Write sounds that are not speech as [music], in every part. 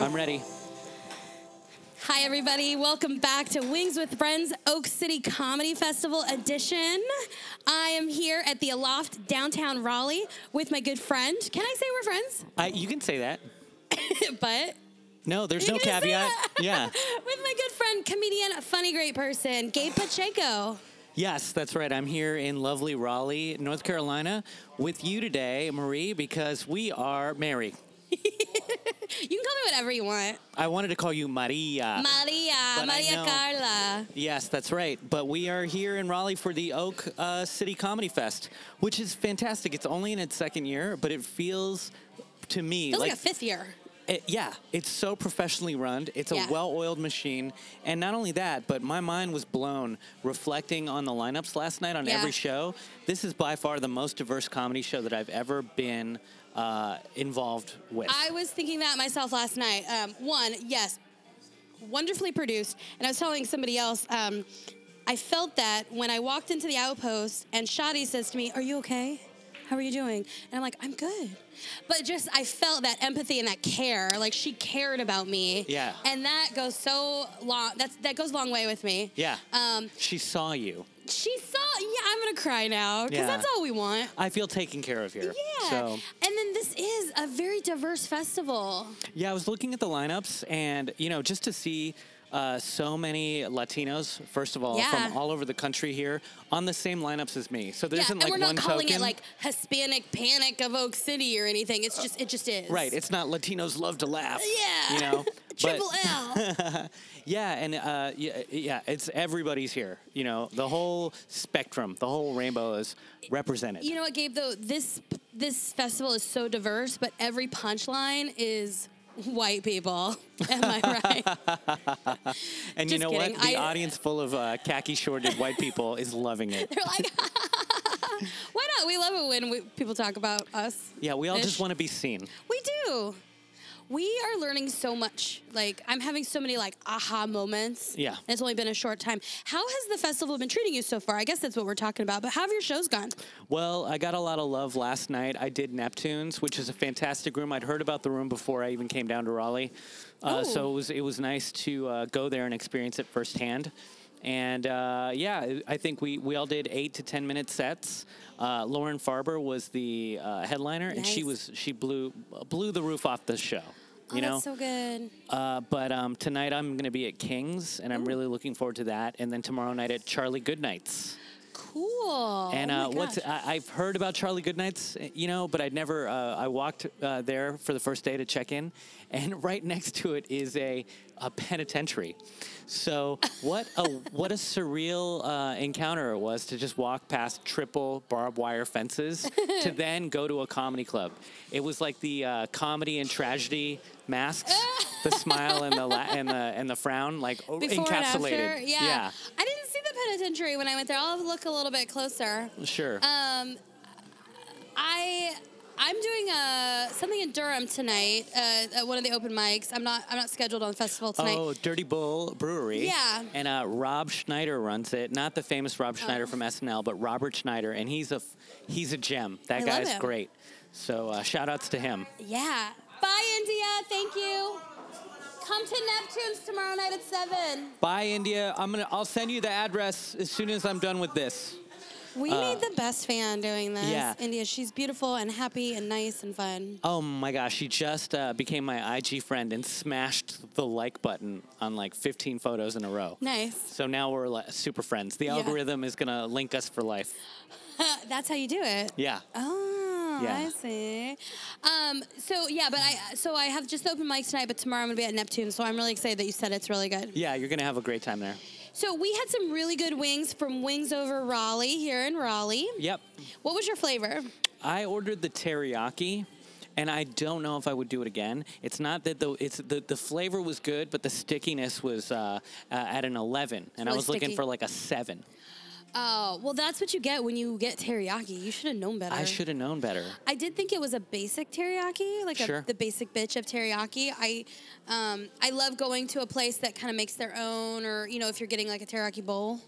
I'm ready. Hi, everybody. Welcome back to Wings with Friends Oak City Comedy Festival edition. I am here at the Aloft downtown Raleigh with my good friend. Can I say we're friends? [laughs] I, you can say that. but No, there's You no can say caveat. that. [laughs] Yeah. with my good friend, comedian, funny, great person, Gabe Pacheco. Yes, that's right. I'm here in lovely Raleigh, North Carolina, with you today, Marie, because we are married. You can call me whatever you want. I wanted to call you Maria. Maria, Uh, But I Maria know- Carla. yes, that's right. But we are here in Raleigh for the Oak uh, City Comedy Fest, which is fantastic. It's only in its second year, but it feels to me Feels like, a fifth year. It, yeah, it's so professionally run. It's a Yeah. well-oiled machine, and not only that, but my mind was blown reflecting on the lineups last night on Yeah. every show. This is by far the most diverse comedy show that I've ever been uh, involved with. I was thinking that myself last night. Um, one, yes, wonderfully produced. And I was telling somebody else, um, I felt that when I walked into the outpost and Shadi says to me, Are you okay? How are you doing? And I'm like, I'm good. But just, I felt that empathy and that care. Like she cared about me. Yeah. And that goes so long. That's, that goes a long way with me. yeah, Um, she saw you. she saw, yeah, I'm going to cry now because Yeah. that's all we want. I feel taken care of here. Yeah. So And then this is a very diverse festival. yeah, I was looking at the lineups, and you know, just to see. Uh, so many Latinos, first of all, Yeah. from all over the country here, on the same lineups as me. So there Yeah, isn't and like we're not one calling token. it like Hispanic Panic of Oak City or anything. It's just it just is. Right. It's not Latinos love to laugh. yeah. You [laughs] know. Triple but, [laughs] L. yeah, and uh, yeah, yeah, it's everybody's here. You know, the whole spectrum, the whole rainbow is represented. you know what, Gabe? Though this this festival is so diverse, but every punchline is white people. [laughs] Am I right? [laughs] and you just know kidding, what? The I- audience full of uh, khaki-shorted white people is loving it. They're like, [laughs] why not? We love it when we, people talk about us. Yeah, we all Ish. just want to be seen. We do. We are learning so much. Like I'm having so many like aha moments. Yeah. And it's only been a short time. How has the festival been treating you so far? I guess that's what we're talking about. But how have your shows gone? Well, I got a lot of love last night. I did Neptune's, which is a fantastic room. I'd heard about the room before I even came down to Raleigh, uh, so Oh. it was it was nice to uh, go there and experience it firsthand. And uh, yeah, I- I think we, we all did eight to ten minute sets. Uh, Lauren Farber was the uh, headliner, and she Nice. was she blew blew the roof off the show. You oh, know, that's so good. uh, but um, tonight I'm going to be at King's, and Oh. I'm really looking forward to that. And then tomorrow night at Charlie Goodnight's. Cool. And Oh my uh, what's gosh. I, I've heard about Charlie Goodnight's, uh, you know, but I'd never. Uh, I walked uh, there for the first day to check in, and [laughs] right next to it is a, a penitentiary. So what [laughs] a what a surreal uh, encounter it was to just walk past triple barbed wire fences [laughs] to then go to a comedy club. It was like the uh, comedy and tragedy masks, the smile and the la- and the and the frown, like o- Before encapsulated. and after? Yeah. I didn't see the penitentiary when I went there. I'll look a little bit closer. yeah, sure. Um, I I'm doing uh something in Durham tonight uh, at one of the open mics. I'm not I'm not scheduled on the festival tonight. Oh, Dirty Bull Brewery. Yeah. And uh, Rob Schneider runs it. Not the famous Rob Schneider Oh. from SNL, but Robert Schneider, and he's a f- he's a gem. That I love guy's him. great. So uh, shout outs to him. Yeah. Bye, India. Thank you. Come to Neptune's tomorrow night at seven. Bye, India. I'm gonna I'll send you the address as soon as I'm done with this. We made the best fan doing this. Uh, yeah. India, she's beautiful and happy and nice and fun. Oh my gosh, she just uh, became my IG friend and smashed the like button on like 15 photos in a row. Nice. [laughs] So now we're like, super friends. The Yeah. algorithm is gonna link us for life. That's how you do it. Yeah. Oh, Yeah. I see. Um, so yeah, but I so I have just open mic tonight, but tomorrow I'm gonna be at Neptune, so I'm really excited that you said it's really good. Yeah, you're gonna have a great time there. So we had some really good wings from Wings Over Raleigh here in Raleigh. Yep. What was your flavor? I ordered the teriyaki, and I don't know if I would do it again. It's not that the it's the, the flavor was good, but the stickiness was uh, uh, at an eleven, and I really was looking sticky. for like a seven. Oh, well that's what you get when you get teriyaki. You should have known better. I should have known better. I did think it was a basic teriyaki, like Sure. a, the basic bitch of teriyaki. I, um, I love going to a place that kind of makes their own, or you know, if you're getting like a teriyaki bowl.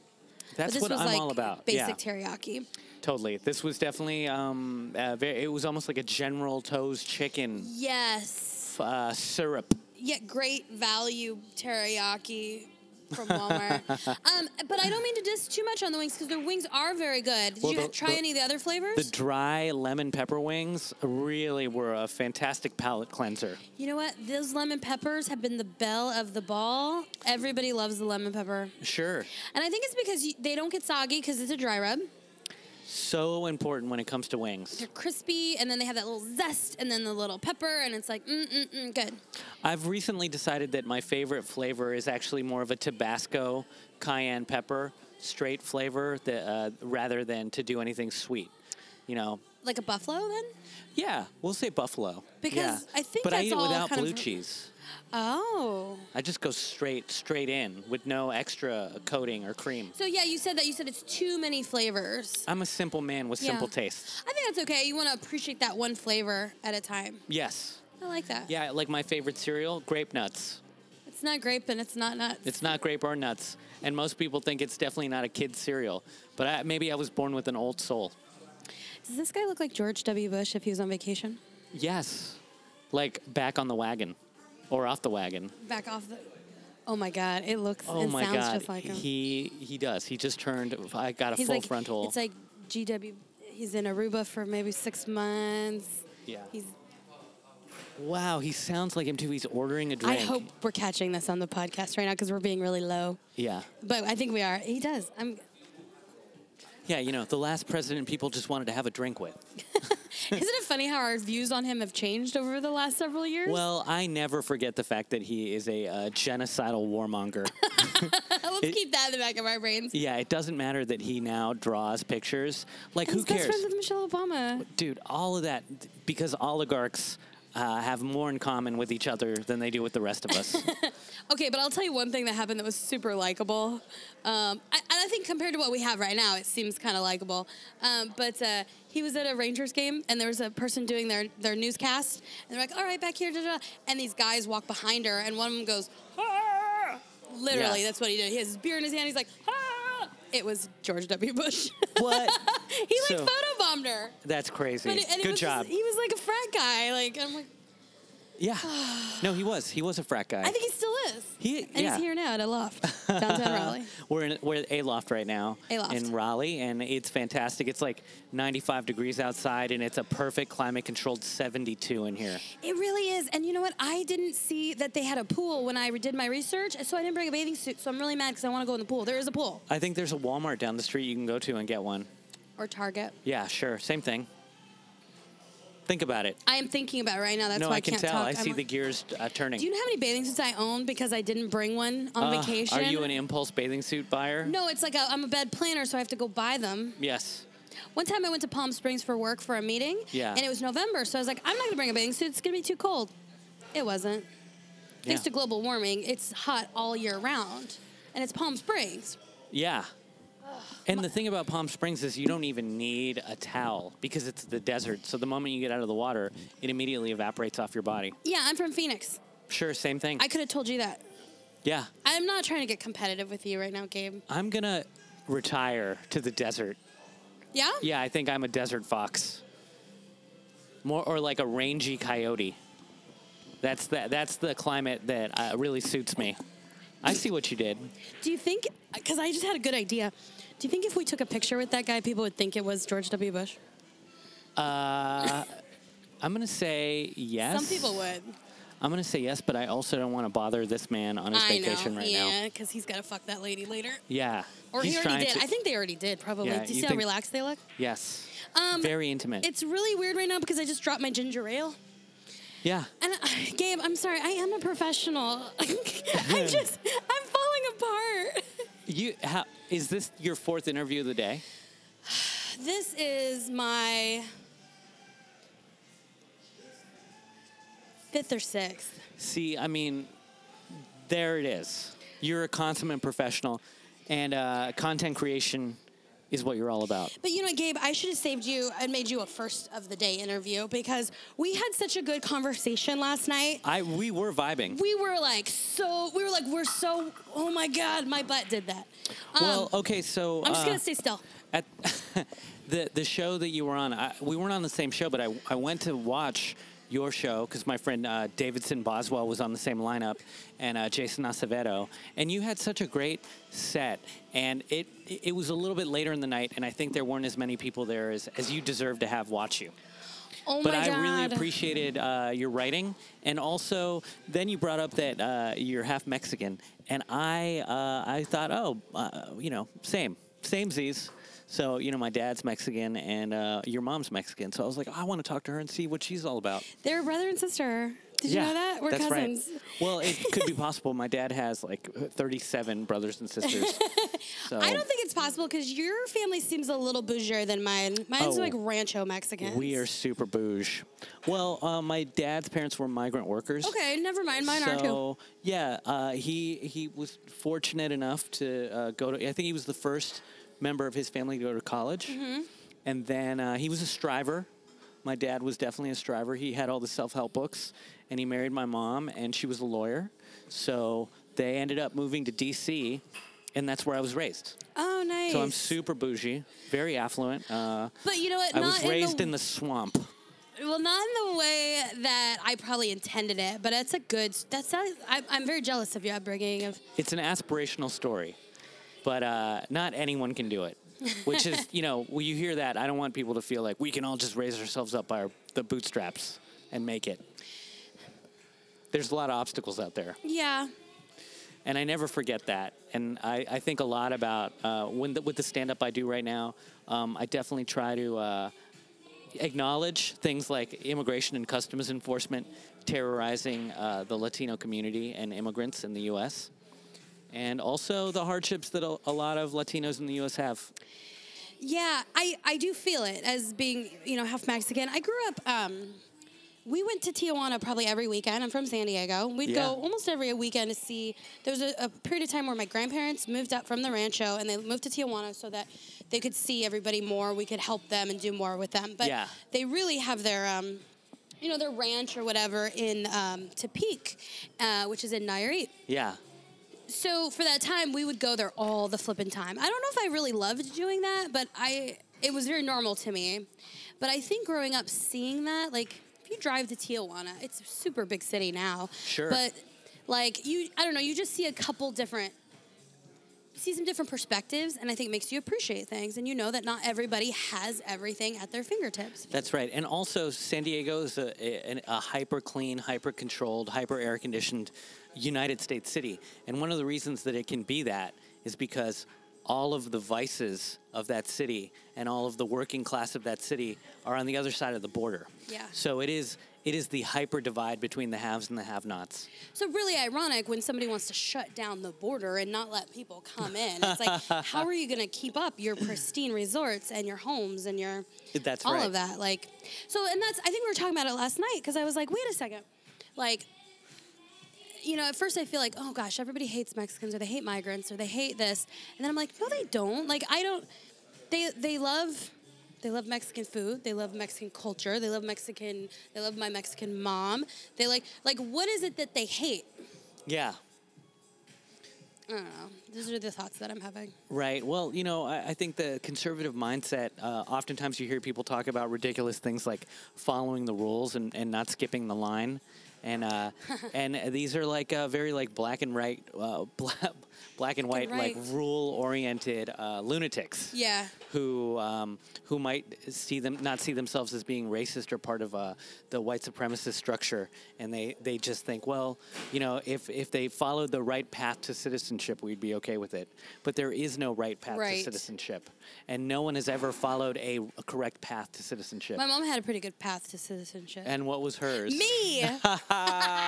That's this what was I'm like all about. Basic yeah, teriyaki. totally. This was definitely um, uh, very, it was almost like a General Toes chicken Yes. uh, syrup. yet great value teriyaki from [laughs] Walmart. um, but I don't mean to diss too much on the wings because their wings are very good. Did Well, you the- try the- any of the other flavors? The dry lemon pepper wings really were a fantastic palate cleanser. you know what? Those lemon peppers have been the belle of the ball. Everybody loves the lemon pepper. Sure. And I think it's because you, they don't get soggy because it's a dry rub. So important when it comes to wings. They're crispy, and then they have that little zest, and then the little pepper, and it's like, mm, mm, mm, good. I've recently decided that my favorite flavor is actually more of a Tabasco cayenne pepper straight flavor that, uh, rather than to do anything sweet. You know, Like a buffalo, then? yeah, we'll say buffalo. Because Yeah. I think but I that's eat it all without kind blue of- cheese. Oh. I just go straight straight in with no extra coating or cream. So, yeah, you said that. You said it's too many flavors. I'm a simple man with simple Yeah. tastes. I think that's okay. You want to appreciate that one flavor at a time. Yes. I like that. Yeah, like my favorite cereal, grape nuts. It's not grape and it's not nuts. It's not grape or nuts, and most people think it's definitely not a kid's cereal. But I, maybe I was born with an old soul. Does this guy look like George W. Bush if he was on vacation? Yes, like back on the wagon, or off the wagon. Back off the. Oh my God! It looks Oh and my sounds God, just like him. he he does. He just turned. I got a He's full like frontal. It's like GW. He's in Aruba for maybe six months. yeah. He's. Wow, he sounds like him too. He's ordering a I drink. hope we're catching this on the podcast right now because we're being really low. Yeah. But I think we are. He does. I'm. [laughs] Yeah, you know, the last president people just wanted to have a drink with. Isn't it funny how our views on him have changed over the last several years? Well, I never forget the fact that he is a uh, genocidal [laughs] warmonger. [laughs] let's keep that in the back of our brains. yeah, it doesn't matter that he now draws pictures. Like, who He's best cares? friends with Michelle Obama. Dude, all of that because oligarchs uh, have more in common with each other than they do with the rest of [laughs] us. Okay, but I'll tell you one thing that happened that was super likable. Um, I, and I think compared to what we have right now, it seems kind of likable. Um, but uh, he was at a Rangers game, and there was a person doing their, their newscast, and they're like, "All right, back here," da, da. da." and these guys walk behind her, and one of them goes, "Ah!" literally, Yeah. that's what he did. He has his beer in his hand. He's like, "Ah!" it was George W. Bush. [laughs] what? he like So- photobombed her. That's crazy. But it- and it Good was job. just- he was like a frat guy. Like I'm like, [sighs] yeah. No, he was. He was a frat guy. I think he still is. He- and yeah. he's here now at a [laughs] loft downtown Raleigh. Uh, We're in we're at A Loft right now Aloft. in Raleigh, and it's fantastic. It's like 95 degrees outside, and it's a perfect climate controlled 72 in here. It really is. And you know what? I didn't see that they had a pool when I did my research, so I didn't bring a bathing suit. So I'm really mad because I want to go in the pool. There is a pool. I think there's a Walmart down the street you can go to and get one. Or Target. Yeah, sure, same thing. Think about it. I am thinking about it right now. That's no, why I, I can can't tell. talk. I I'm see like, the gears uh, turning. Do you know how many bathing suits I own because I didn't bring one on Uh, vacation? Are you an impulse bathing suit buyer? no, it's like a, I'm a bed planner, so I have to go buy them. Yes. One time I went to Palm Springs for work for a meeting, Yeah. and it was November, so I was like, I'm not gonna bring a bathing suit. It's gonna be too cold. It wasn't. Thanks Yeah. to global warming, it's hot all year round, and it's Palm Springs. Yeah. And the thing about Palm Springs is you don't even need a towel because it's the desert. So the moment you get out of the water, it immediately evaporates off your body. Yeah, I'm from Phoenix. Sure, same thing. I could have told you that. yeah. I'm not trying to get competitive with you right now, Gabe. I'm going to retire to the desert. Yeah? Yeah, I think I'm a desert fox. More or like a rangy coyote. That's the, that's the climate that uh, really suits me. I see what you did. Do you think, because I just had a good idea, do you think if we took a picture with that guy, people would think it was George W. Bush? Uh, I'm going to say yes. Some people would. I'm going to say yes, but I also don't want to bother this man on his I vacation know. right now. yeah, because he's got to fuck that lady later. Yeah. Or he's he already trying did. to- I think they already did, probably. Yeah, you do you see how think- relaxed they look? yes. Um, Very intimate. It's really weird right now because I just dropped my ginger ale. yeah. And uh, [sighs] Gabe, I'm sorry, I am a professional. [laughs] I'm just, I'm falling apart. [laughs] You how is this your fourth interview of the day? This is my fifth or sixth. See, I mean, there it is. You're a consummate professional, and uh, content creation is what you're all about. But you know what, Gabe, I should have saved you and made you a first of the day interview because we had such a good conversation last night. I we were vibing. We were like so we were like we're so oh my god, my butt did that. Um, well, okay, so I'm just uh, gonna stay still. at [laughs] the the show that you were on, I, we weren't on the same show, but I I went to watch your show because my friend uh, Davidson Boswell was on the same lineup and uh, Jason Acevedo, and you had such a great set. And it it was a little bit later in the night, and I think there weren't as many people there as, as you deserve to have watch you Oh but my I god. really appreciated uh, your writing, and also then you brought up that uh, you're half Mexican, and I uh, I thought, oh, uh, you know, same, same Z's. So you know, my dad's Mexican, and uh, your mom's Mexican. So I was like, I want to talk to her and see what she's all about. They're brother and sister. Did you know that? We're that's cousins. Right. Well, it could be possible. My dad has like 37 brothers and sisters. So [laughs] I don't think it's possible because your family seems a little bougier than mine. Mine's Oh. like Rancho Mexican. we are super bouge. Well, uh, my dad's parents were migrant workers. Okay, never mind. Mine are too. so yeah, uh, he he was fortunate enough to uh, go to. I think he was the first member of his family to go to college, Mm-hmm. and then uh, he was a striver. My dad was definitely a striver. He had all the self help books, and he married my mom, and she was a lawyer. So they ended up moving to D.C., and that's where I was raised. Oh, nice. So I'm super bougie, very affluent. Uh, But you know what? I not was raised the, in the swamp. well, not in the way that I probably intended it. But that's a good. That's not, I, I'm very jealous of your upbringing. Of it's an aspirational story, but uh, not anyone can do it. Which is, you know, when you hear that, I don't want people to feel like we can all just raise ourselves up by our, the bootstraps and make it. There's a lot of obstacles out there, yeah. and I never forget that. And I, I think a lot about uh, when the, with the stand up I do right now. Um, I definitely try to uh, acknowledge things like immigration and customs enforcement terrorizing uh, the Latino community and immigrants in the U.S and also the hardships that a, a lot of Latinos in the U.S. have. Yeah, I, I do feel it as being, you know, half Mexican. I grew up, um, we went to Tijuana probably every weekend. I'm from San Diego. We'd Yeah. go almost every weekend to see. There was a, a period of time where my grandparents moved up from the rancho and they moved to Tijuana so that they could see everybody more. We could help them and do more with them. But Yeah. they really have their, um, you know, their ranch or whatever in um, Tepic, uh, which is in Nayarit Yeah. so for that time we would go there all the flippin' time i don't know if i really loved doing that but i it was very normal to me but i think growing up seeing that like if you drive to tijuana it's a super big city now Sure. but like you i don't know you just see a couple different you see some different perspectives and i think it makes you appreciate things and you know that not everybody has everything at their fingertips That's right. And also, San Diego is a, a, an- a hyper clean, hyper controlled, hyper air conditioned United States city. And one of the reasons that it can be that is because all of the vices of that city and all of the working class of that city are on the other side of the border. Yeah. So it is it is the hyper divide between the haves and the have-nots. So really ironic when somebody wants to shut down the border and not let people come in. It's [laughs] like, how are you going to keep up your pristine resorts and your homes and your That's all right. of that? Like, so and that's I think we were talking about it last night because I was like, wait a second, like. You know, at first I feel like, oh gosh, everybody hates Mexicans or they hate migrants or they hate this, and then I'm like, no, they don't. Like I don't. They they love they love Mexican food. They love Mexican culture. They love Mexican. They love my Mexican mom. They like like what is it that they hate? Yeah. I don't know. Those are the thoughts that I'm having. Right. Well, you know, I, I think the conservative mindset, uh, oftentimes you hear people talk about ridiculous things like following the rules and, and not skipping the line. And [laughs] uh, and these are like uh, very like black and white, uh, [laughs] black, black and white, and like right. rule oriented uh, lunatics Yeah. who um, who might see them not see themselves as being racist or part of uh, the white supremacist structure, and they, they just think, well, you know, if if they followed the right path to citizenship, we'd be okay with it. But there is no right path to Right. citizenship, and no one has ever followed a, a correct path to citizenship. My mom had a pretty good path to citizenship. and what was hers? Me. [laughs]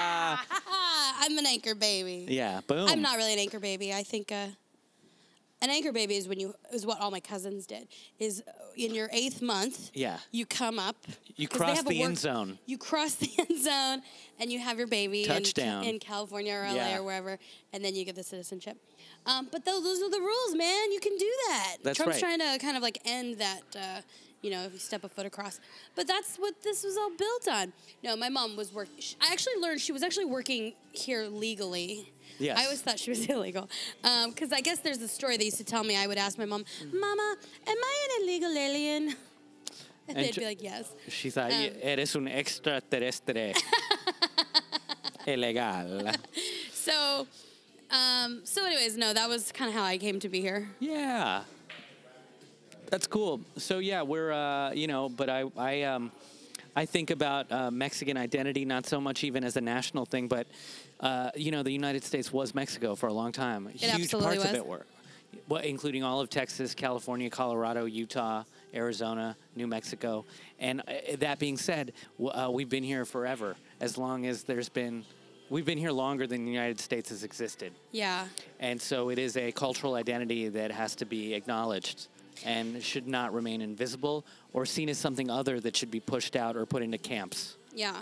I'm an anchor baby. Yeah, boom. I'm not really an anchor baby. I think uh, an anchor baby is when you is what all my cousins did. Is uh, in your eighth month. Yeah. You come up. You 'cause they cross have a the end zone. You cross [laughs] the end zone, and you have your baby Touchdown. In, in California or LA Yeah. or wherever, and then you get the citizenship. Um, but those, those are the rules, man. You can do that. That's Trump's right. trying to kind of like end that. Uh, you know, if you step a foot across. But that's what this was all built on. No, my mom was working. I actually learned she was actually working here legally. Yes. I always thought she was [laughs] illegal. Because I guess there's a story they used to tell me. I would ask my mom, Mama, am I an illegal alien? [laughs] And And, they'd ju- be like, yes. She thought, "Y- Um, eres un [laughs] extraterrestre. Illegal. So, um, so anyways, no, that was kind of how I came to be here. Yeah. That's cool. So yeah, we're uh, you know, but I I um I think about uh, Mexican identity not so much even as a national thing, but uh, you know, the United States was Mexico for a long time. Huge absolutely parts of was. it were. Well, including all of Texas, California, Colorado, Utah, Arizona, New Mexico, and uh, that being said, w- uh, we've been here forever. As long as there's been, we've been here longer than the United States has existed. Yeah. And so it is a cultural identity that has to be acknowledged and should not remain invisible or seen as something other that should be pushed out or put into camps. Yeah.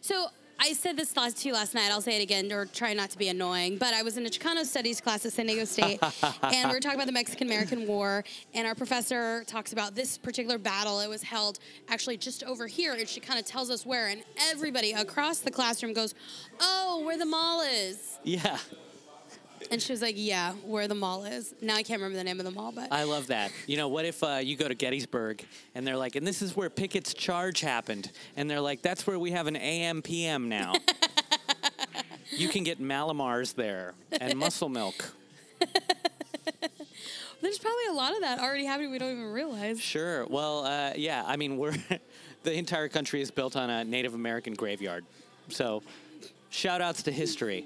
So I said this last to you last night. I'll say it again, or try not to be annoying. But I was in a Chicano Studies class at San Diego [laughs] State, and we were talking about the Mexican American War. And our professor talks about this particular battle. It was held actually just over here, and she kind of tells us where. And everybody across the classroom goes, "Oh, where the mall is." Yeah, And she was like, "Yeah, where the mall is." Now I can't remember the name of the mall, but I love that. You know, what if uh, you go to Gettysburg and they're like, and this is where Pickett's charge happened? And they're like, that's where we have an AM PM [laughs] now. you can get Malamars there and muscle milk. there's probably a lot of that already happening. We don't even realize. Sure. Well, uh, yeah. I mean, we're [laughs] the entire country is built on a Native American graveyard, so shout outs to history.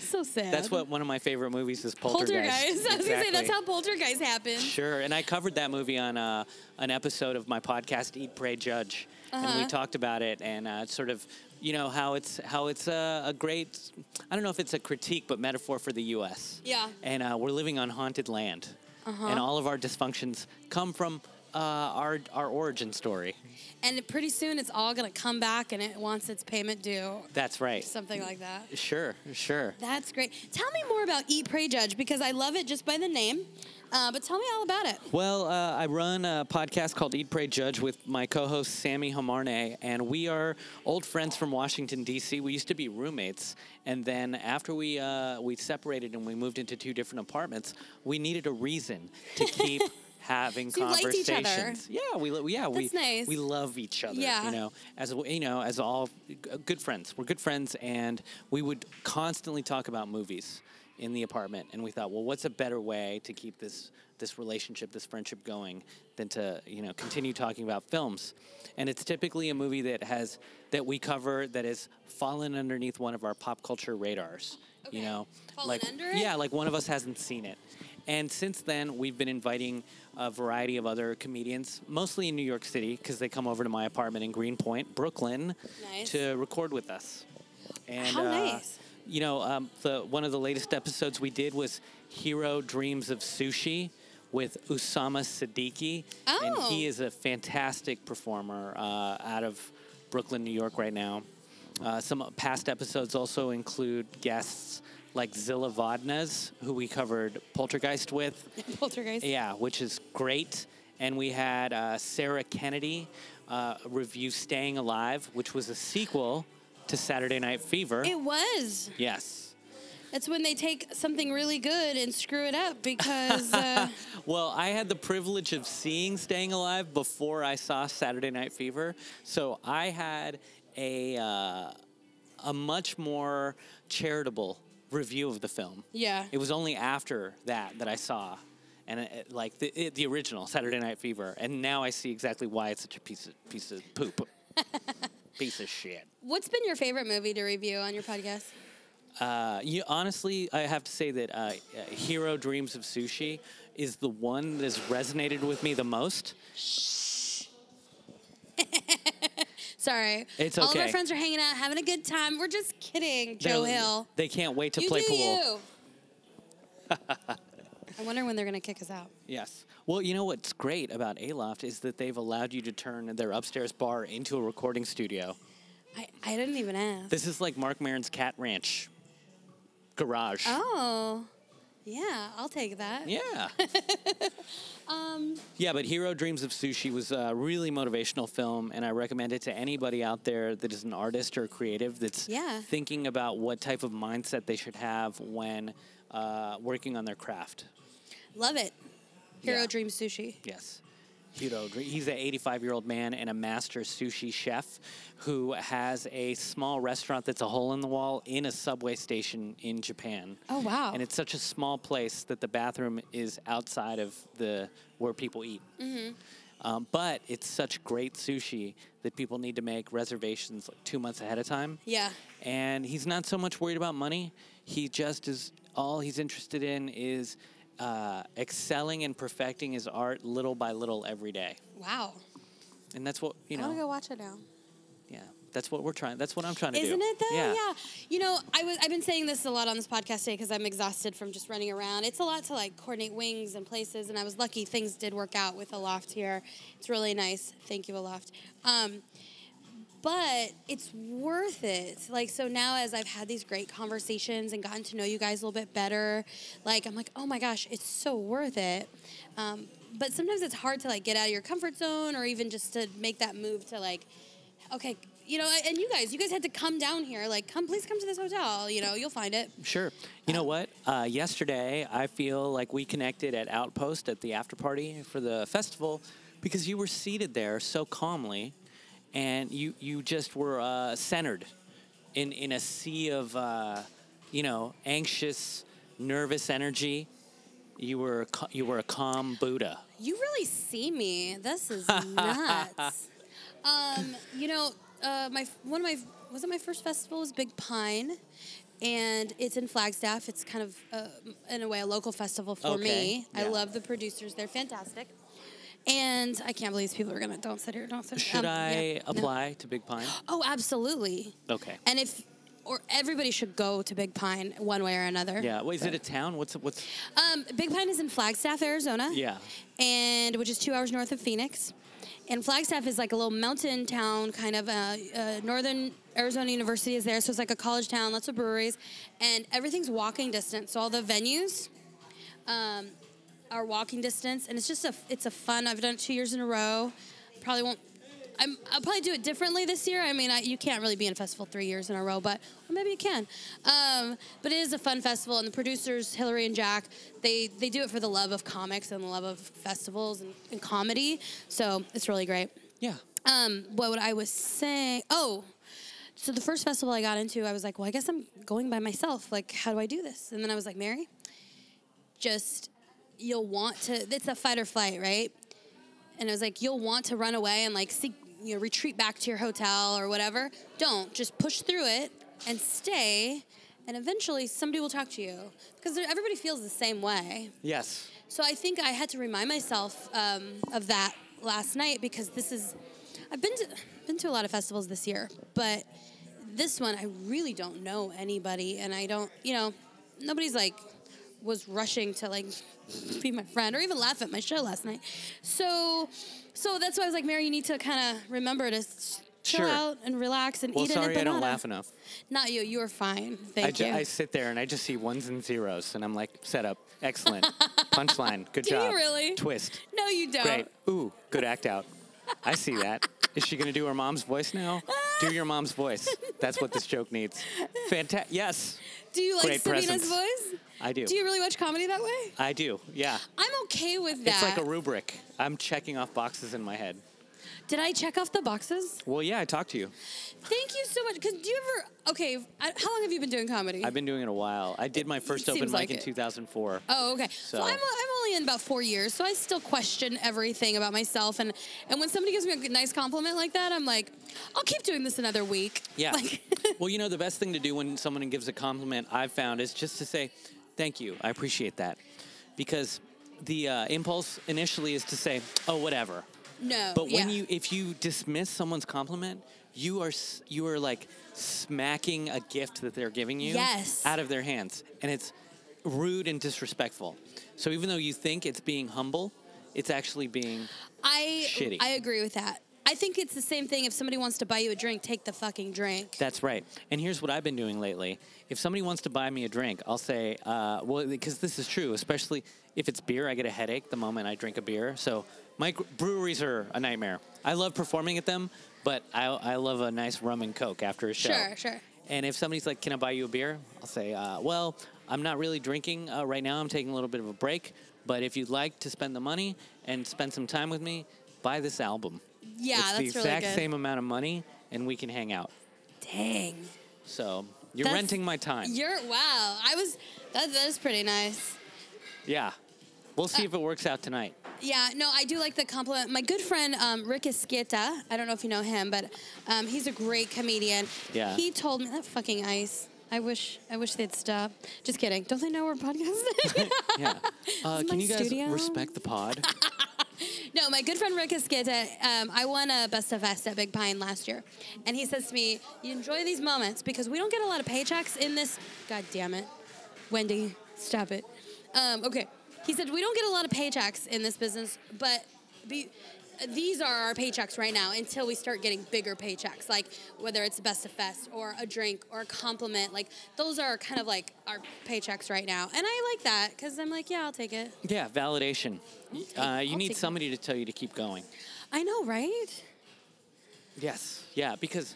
So sad. That's what one of my favorite movies is Poltergeist. Poltergeist. [laughs] I was gonna say that's Exactly. how Poltergeist happened. Sure, and I covered that movie on uh, an episode of my podcast, Eat, Pray, Judge, and we Uh-huh. talked about it and uh, sort of, you know, how it's how it's a, a great, I don't know if it's a critique, but metaphor for the U.S. Yeah. Uh-huh. and uh, we're living on haunted land, and all of our dysfunctions come from uh, our our origin story. And pretty soon it's all going to come back and it wants its payment due, That's right. something like that. Sure, sure. That's great. Tell me more about Eat, Pray, Judge because I love it just by the name. Uh, but tell me all about it. [laughs] Well, uh, I run a podcast called Eat, Pray, Judge with my co host Sammy Hamarne, and we are old friends from Washington, D.C. We used to be roommates, and then after we, uh, we separated and we moved into two different apartments, we needed a reason to [laughs] keep. Having So you liked each other. conversations, yeah, we lo- yeah we That's nice. we love each other, Yeah. you know, as w- you know, as all g- good friends. We're good friends, and we would constantly talk about movies in the apartment. And we thought, well, what's a better way to keep this this relationship, this friendship going, than to you know continue talking about films? And it's typically a movie that has that we cover that has fallen underneath one of our pop culture radars. You Okay. know, Fallen like under it? yeah, like one of us hasn't seen it. And since then, we've been inviting a variety of other comedians, mostly in New York City, because they come over to my apartment in Greenpoint, Brooklyn, Nice. to record with us. And, How uh, nice. You know, um, the, one of the latest episodes we did was Hero Dreams of Sushi with Usama Siddiqui. And he Oh. is a fantastic performer uh, out of Brooklyn, New York, right now. Uh, some past episodes also include guests like Zilla Vodnas, who we covered Poltergeist with. Poltergeist. Yeah, which is great. And we had uh, Sarah Kennedy uh, review Staying Alive, which was a sequel to Saturday Night Fever. It was. yes. That's when they take something really good and screw it up because uh, [laughs] Well, I had the privilege of seeing Staying Alive before I saw Saturday Night Fever, so I had a uh, a much more charitable review of the film. Yeah. It was only after that that I saw, and it, like the it, the original Saturday Night Fever, and now I see exactly why it's such a piece of piece of poop, piece of shit. what's been your favorite movie to review on your podcast? Uh, you, honestly, I have to say that uh, uh, Hero Dreams of Sushi is the one that has resonated with me the most. Sorry. It's All of our okay. friends are hanging out, having a good time. We're just kidding, Joe They're- Hill. They can't wait to you play do pool. you. [laughs] I wonder when they're going to kick us out. Yes. Well, you know what's great about Aloft is that they've allowed you to turn their upstairs bar into a recording studio. I, I didn't even ask. This is like Mark Maron's Cat Ranch garage. Oh, yeah, I'll take [laughs] that. Yeah. Um, yeah, but Hero Dreams of Sushi was a really motivational film, and I recommend it to anybody out there that is an artist or creative that's Yeah. thinking about what type of mindset they should have when uh, working on their craft. Love it. Hero Yeah. Dream Sushi. Yes. Pito Dri- he's an 85 year old man and a master sushi chef who has a small restaurant that's a hole in the wall in a subway station in Japan. Oh, wow. And it's such a small place that the bathroom is outside of the where people eat. Um, but it's such great sushi that people need to make reservations like two months ahead of time. Yeah. And he's not so much worried about money. He just is, all he's interested in is uh, excelling and perfecting his art little by little every day. Wow. And that's what, you I want know, to go watch it now. yeah, that's what we're trying, that's what I'm trying to do. Isn't it though? Yeah. You know, I was I've been saying this a lot on this podcast today because I'm exhausted from just running around. It's a lot to like coordinate wings and places, and I was lucky things did work out with Aloft here. It's really nice. Thank you, Aloft. Um, but it's worth it. Like so now, as I've had these great conversations and gotten to know you guys a little bit better, like I'm like, oh my gosh, it's so worth it. Um, but sometimes it's hard to like get out of your comfort zone or even just to make that move to like okay you know and you guys you guys had to come down here like come please come to this hotel you know you'll find it Sure. You know what? Uh, yesterday, I feel like we connected at Outpost at the after party for the festival because you were seated there so calmly, and you you just were uh, centered in in a sea of uh, you know anxious, nervous energy. You were a ca- you were a calm Buddha. you really see me this is [laughs] nuts um, you know uh, my one of my was it my first festival was big pine and it's in Flagstaff. It's kind of, uh, in a way, a local festival for Okay, me. I yeah. love the producers; they're fantastic. And I can't believe these people are gonna don't sit here, don't sit. Should um, yeah, I no. apply to Big Pine? Oh, absolutely. Okay. And if or everybody should go to Big Pine one way or another. Yeah. Wait, is it a town? What's what's? Um, Big Pine is in Flagstaff, Arizona. Yeah. And which is two hours north of Phoenix. And Flagstaff is like a little mountain town, kind of. Uh, uh, Northern Arizona University is there, so it's like a college town, lots of breweries, and everything's walking distance. So all the venues um, are walking distance, and it's just a it's a fun. I've done it two years in a row. Probably won't. I'm, I'll probably do it differently this year. I mean, I, you can't really be in a festival three years in a row, but or maybe you can. Um, but it is a fun festival, and the producers Hillary and Jack they they do it for the love of comics and the love of festivals and, and comedy. So it's really great. Yeah. Um, what I was saying. Oh, so the first festival I got into, I was like, well, I guess I'm going by myself. Like, how do I do this? And then I was like, Mary, just you'll want to. It's a fight or flight, right? And I was like, you'll want to run away and like seek, you know, retreat back to your hotel or whatever. Don't just push through it and stay. And eventually, somebody will talk to you because there- everybody feels the same way. Yes. So I think I had to remind myself um, of that last night because this is, I've been to, been to a lot of festivals this year, but this one I really don't know anybody, and I don't, you know, nobody's like was rushing to like [laughs] be my friend or even laugh at my show last night. So, so that's why I was like, Mary, you need to kind of remember to s- chill Sure. out and relax and Well, eat an sorry, I don't empanada. laugh enough. Not you. You were fine. Thank I, ju- you. I sit there and I just see ones and zeros, and I'm like, set up, [laughs] excellent, punchline, good Do you job. really? Twist, no, you don't. great. Ooh, good act out. I see that. Is she gonna do her mom's voice now? Do your mom's voice. That's what this joke needs. Fantastic. Yes, Do you like Great Sabina's presence. voice? I do. Do you really watch comedy that way? I do. Yeah. I'm okay with that. It's like a rubric. I'm checking off boxes in my head. Did I check off the boxes? Well, yeah, I talked to you. Thank you so much. Cause do you ever? Okay, I, how long have you been doing comedy? I've been doing it a while. I did my first open Seems mic like in it. 2004. Oh, okay. So, So- I'm, I'm only in about four years, so I still question everything about myself. And and when somebody gives me a good- nice compliment like that, I'm like, I'll keep doing this another week. Yeah. Like, [laughs] well, you know, the best thing to do when someone gives a compliment, I've found, is just to say, thank you. I appreciate that. Because the uh, impulse initially is to say, oh, whatever. no. But when yeah. you, if you dismiss someone's compliment, you are s- you are like smacking a gift that they're giving you Yes. out of their hands, and it's rude and disrespectful. So even though you think it's being humble, it's actually being I Shitty. I agree with that. I think it's the same thing. If somebody wants to buy you a drink, take the fucking drink. That's right. And here's what I've been doing lately. If somebody wants to buy me a drink, I'll say, uh, well, because this is true, especially if it's beer, I get a headache the moment I drink a beer. So my gr- breweries are a nightmare. I love performing at them, but I, I love a nice rum and coke after a show. Sure, sure. And if somebody's like, can I buy you a beer? I'll say, uh, well, I'm not really drinking uh, right now. I'm taking a little bit of a break. But if you'd like to spend the money and spend some time with me, buy this album. Yeah, it's the that's really exact good. same amount of money, and we can hang out. Dang. So you're That's- renting my time. You're wow. I was that that is pretty nice. yeah, we'll uh, see if it works out [laughs] tonight. Yeah, no, I do like the compliment. My good friend um, Rick Esqueta, I don't know if you know him, but um, he's a great comedian. Yeah. He told me that fucking ice. I wish I wish they'd stop. Just kidding. Don't they know we're podcasting? Yeah. Uh, This is can my you guys studio. respect the [laughs] pod? no, my good friend Rick Esqueta, um, I won a Best of Fest at Big Pine last year, and he says to me, "You enjoy these moments because we don't get a lot of paychecks in this." God damn it, Wendy, stop it. Um, okay, he said we don't get a lot of paychecks in this business, but be, these are our paychecks right now until we start getting bigger paychecks, like whether it's a Best of Fest or a drink or a compliment. Like those are kind of like our paychecks right now, and I like that because I'm like, yeah, I'll take it. yeah, validation. Uh, you I'll need take it. somebody to tell you to keep going. I know, right? Yes. Yeah, because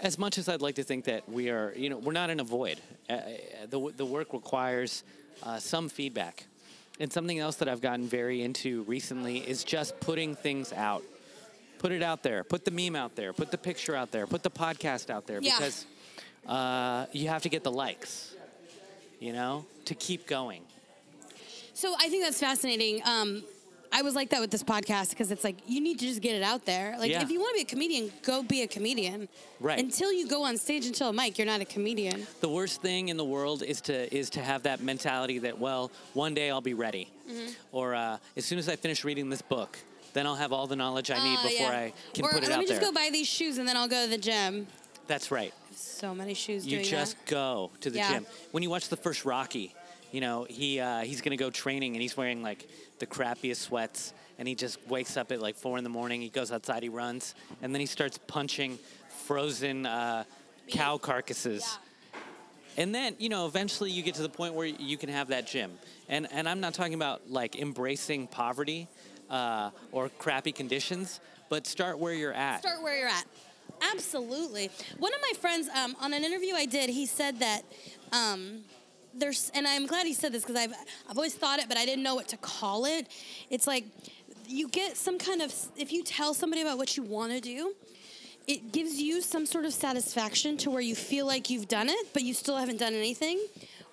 as much as I'd like to think that we are, you know, we're not in a void. Uh, uh, the, w- the work requires uh, some feedback. And something else that I've gotten very into recently is just putting things out. Put it out there. Put the meme out there. Put the picture out there. Put the podcast out there Yeah. because uh, you have to get the likes, you know, to keep going. So I think that's fascinating. Um, I was like that with this podcast because it's like you need to just get it out there. Like Yeah. if you want to be a comedian, go be a comedian. Right. Until you go on stage until a mic, you're not a comedian. the worst thing in the world is to is to have that mentality that well one day I'll be ready, Mm-hmm. or uh, as soon as I finish reading this book, then I'll have all the knowledge I need Oh, before yeah. I can or put it let out me there. just go buy these shoes and then I'll go to the gym. That's right. So many shoes. You doing just that. go to the Yeah. gym. When you watch the first Rocky, you know he uh, he's gonna go training and he's wearing like the crappiest sweats and he just wakes up at like four in the morning. He goes outside, he runs, and then he starts punching frozen uh, cow carcasses. And then, you know, eventually you get to the point where you can have that gym. And and I'm not talking about like embracing poverty uh, or crappy conditions, but start where you're at. Start where you're at. Absolutely. One of my friends, um, on an interview I did, he said that um, there's, and I'm glad he said this because I've, I've always thought it, but I didn't know what to call it. It's like you get some kind of, if you tell somebody about what you want to do, it gives you some sort of satisfaction to where you feel like you've done it, but you still haven't done anything,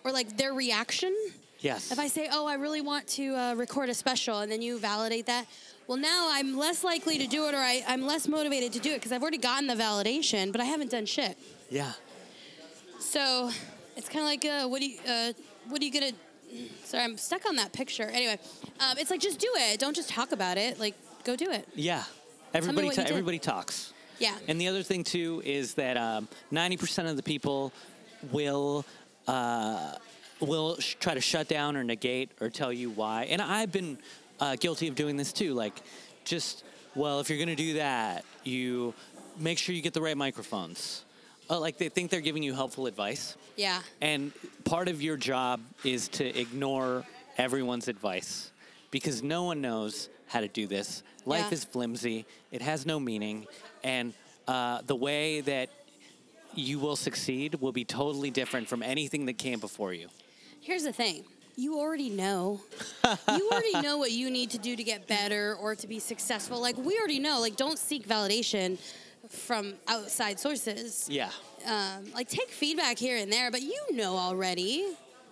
or like their reaction. Yes. If I say, "Oh, I really want to uh, record a special," and then you validate that, well, now I'm less likely to do it, or I, I'm less motivated to do it because I've already gotten the validation, but I haven't done shit. yeah. So it's kind of like, uh, what do you, uh, what are you gonna? Sorry, I'm stuck on that picture. Anyway, um, it's like just do it. Don't just talk about it. Like, go do it. Yeah. Everybody what ta- you did. everybody talks. Yeah. And the other thing too is that um, 90% of the people will uh, will sh- try to shut down or negate or tell you why. And I've been uh, guilty of doing this too. Like, just well, if you're gonna do that, you make sure you get the right microphones. Uh, like they think they're giving you helpful advice. yeah. And part of your job is to ignore everyone's advice because no one knows how to do this. Life Yeah. is flimsy, it has no meaning, and uh, the way that you will succeed will be totally different from anything that came before you. Here's the thing. You already know. you already know what you need to do to get better or to be successful. Like we already know. Like don't seek validation from outside sources. Yeah. Um, like take feedback here and there, but you know already.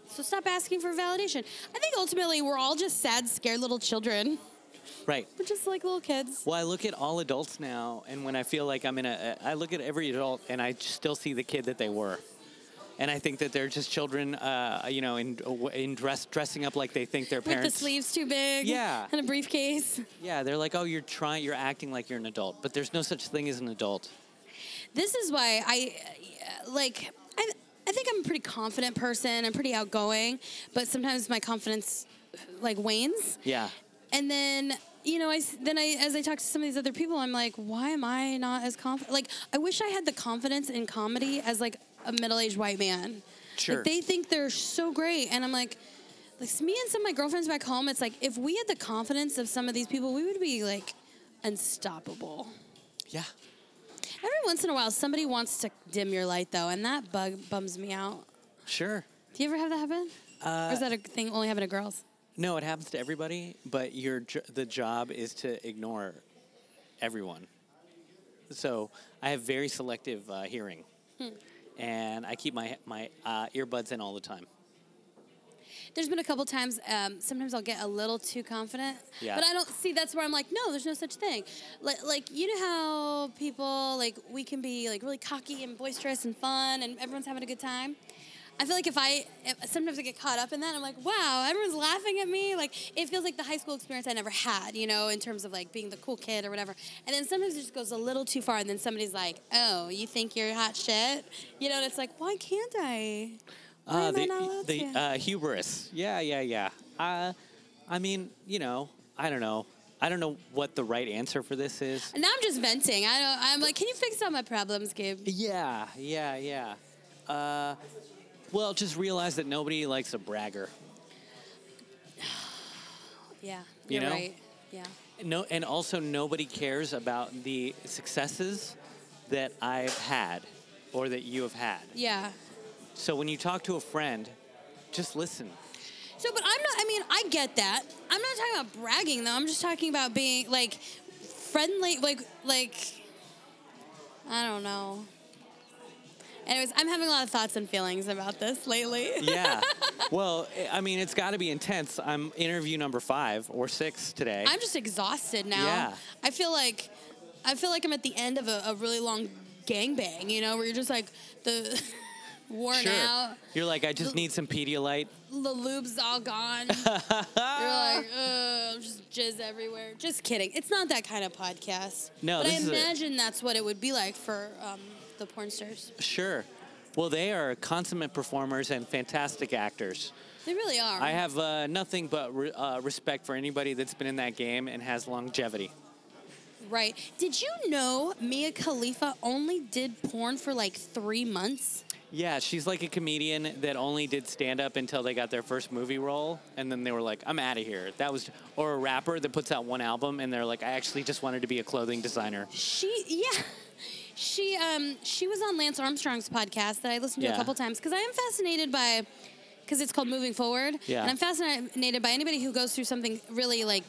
So stop asking for validation. I think ultimately we're all just sad, scared little children. Right. We're just like little kids. Well, I look at all adults now, and when I feel like I'm in a, I look at every adult, and I still see the kid that they were, and I think that they're just children, uh, you know, in in dress dressing up like they think their With the parents. sleeves too big. Yeah. And a briefcase. Yeah, they're like, oh, you're trying, you're acting like you're an adult, but there's no such thing as an adult. this is why I uh, like I I think I'm a pretty confident person. I'm pretty outgoing, but sometimes my confidence like wanes. Yeah, And then you know, I s- then I as I talk to some of these other people, I'm like, why am I not as confident? Like, I wish I had the confidence in comedy as like a middle-aged white man. Sure. Like, they think they're so great, and I'm like. Like s- me and some of my girlfriends back home, it's like if we had the confidence of some of these people, we would be like unstoppable. yeah, Every once in a while, somebody wants to dim your light, though, and that bug bums me out. sure. Do you ever have that happen? or is that a thing only happening to girls? No, it happens to everybody, but your jo- the job is to ignore everyone. So I have very selective uh, hearing, Hmm. and I keep my my uh, earbuds in all the time. There's been a couple times. Um, sometimes I'll get a little too confident. Yeah. But I don't see. That's where I'm like, no, there's no such thing. Like, like you know how people like we can be like really cocky and boisterous and fun, and everyone's having a good time. I feel like if I if, sometimes I get caught up in that, I'm like, wow, everyone's laughing at me. Like it feels like the high school experience I never had, you know, in terms of like being the cool kid or whatever. And then sometimes it just goes a little too far, and then somebody's like, oh, you think you're hot shit, you know? And it's like, why can't I? Why am Uh, I not the allowed the to? uh, hubris. Yeah, yeah, yeah. Uh, I mean, you know, I don't know. I don't know what the right answer for this is. And Now I'm just venting. I don't. I'm like, can you fix all my problems, Gabe? Yeah, yeah, yeah. Uh, well, just realize that nobody likes a bragger. Yeah, You you're know? right. Yeah, No, and also nobody cares about the successes that I've had or that you have had. yeah. So when you talk to a friend, just listen. So, but I'm not. I mean, I get that. I'm not talking about bragging though. I'm just talking about being like friendly. Like, like I don't know. Anyways, I'm having a lot of thoughts and feelings about this lately. [laughs] Yeah. well, I- I mean, it's got to be intense. I'm interview number five or six today. I'm just exhausted now. Yeah. I feel like I feel like I'm at the end of a, a really long gangbang. You know, where you're just like the [laughs] worn sure. out. You're like, I just need some Pedialyte. the lube's all [laughs] gone. You're like, ugh, just jizz everywhere. Just kidding. It's not that kind of podcast. No, but I this is a- imagine that's what it would be like for um, the porn stars. Sure. Well, they are consummate performers and fantastic actors. They really are. I have uh, nothing but re- uh, respect for anybody that's been in that game and has longevity. right. Did you know Mia Khalifa only did porn for like three months? Yeah, she's like a comedian that only did stand up until they got their first movie role, and then they were like, "I'm out of here." That was, or a rapper that puts out one album, and they're like, "I actually just wanted to be a clothing designer." She yeah. She um she was on Lance Armstrong's podcast that I listened to a Yeah. couple times because I am fascinated by because it's called Moving Forward. Yeah. And I'm fascinated by anybody who goes through something really like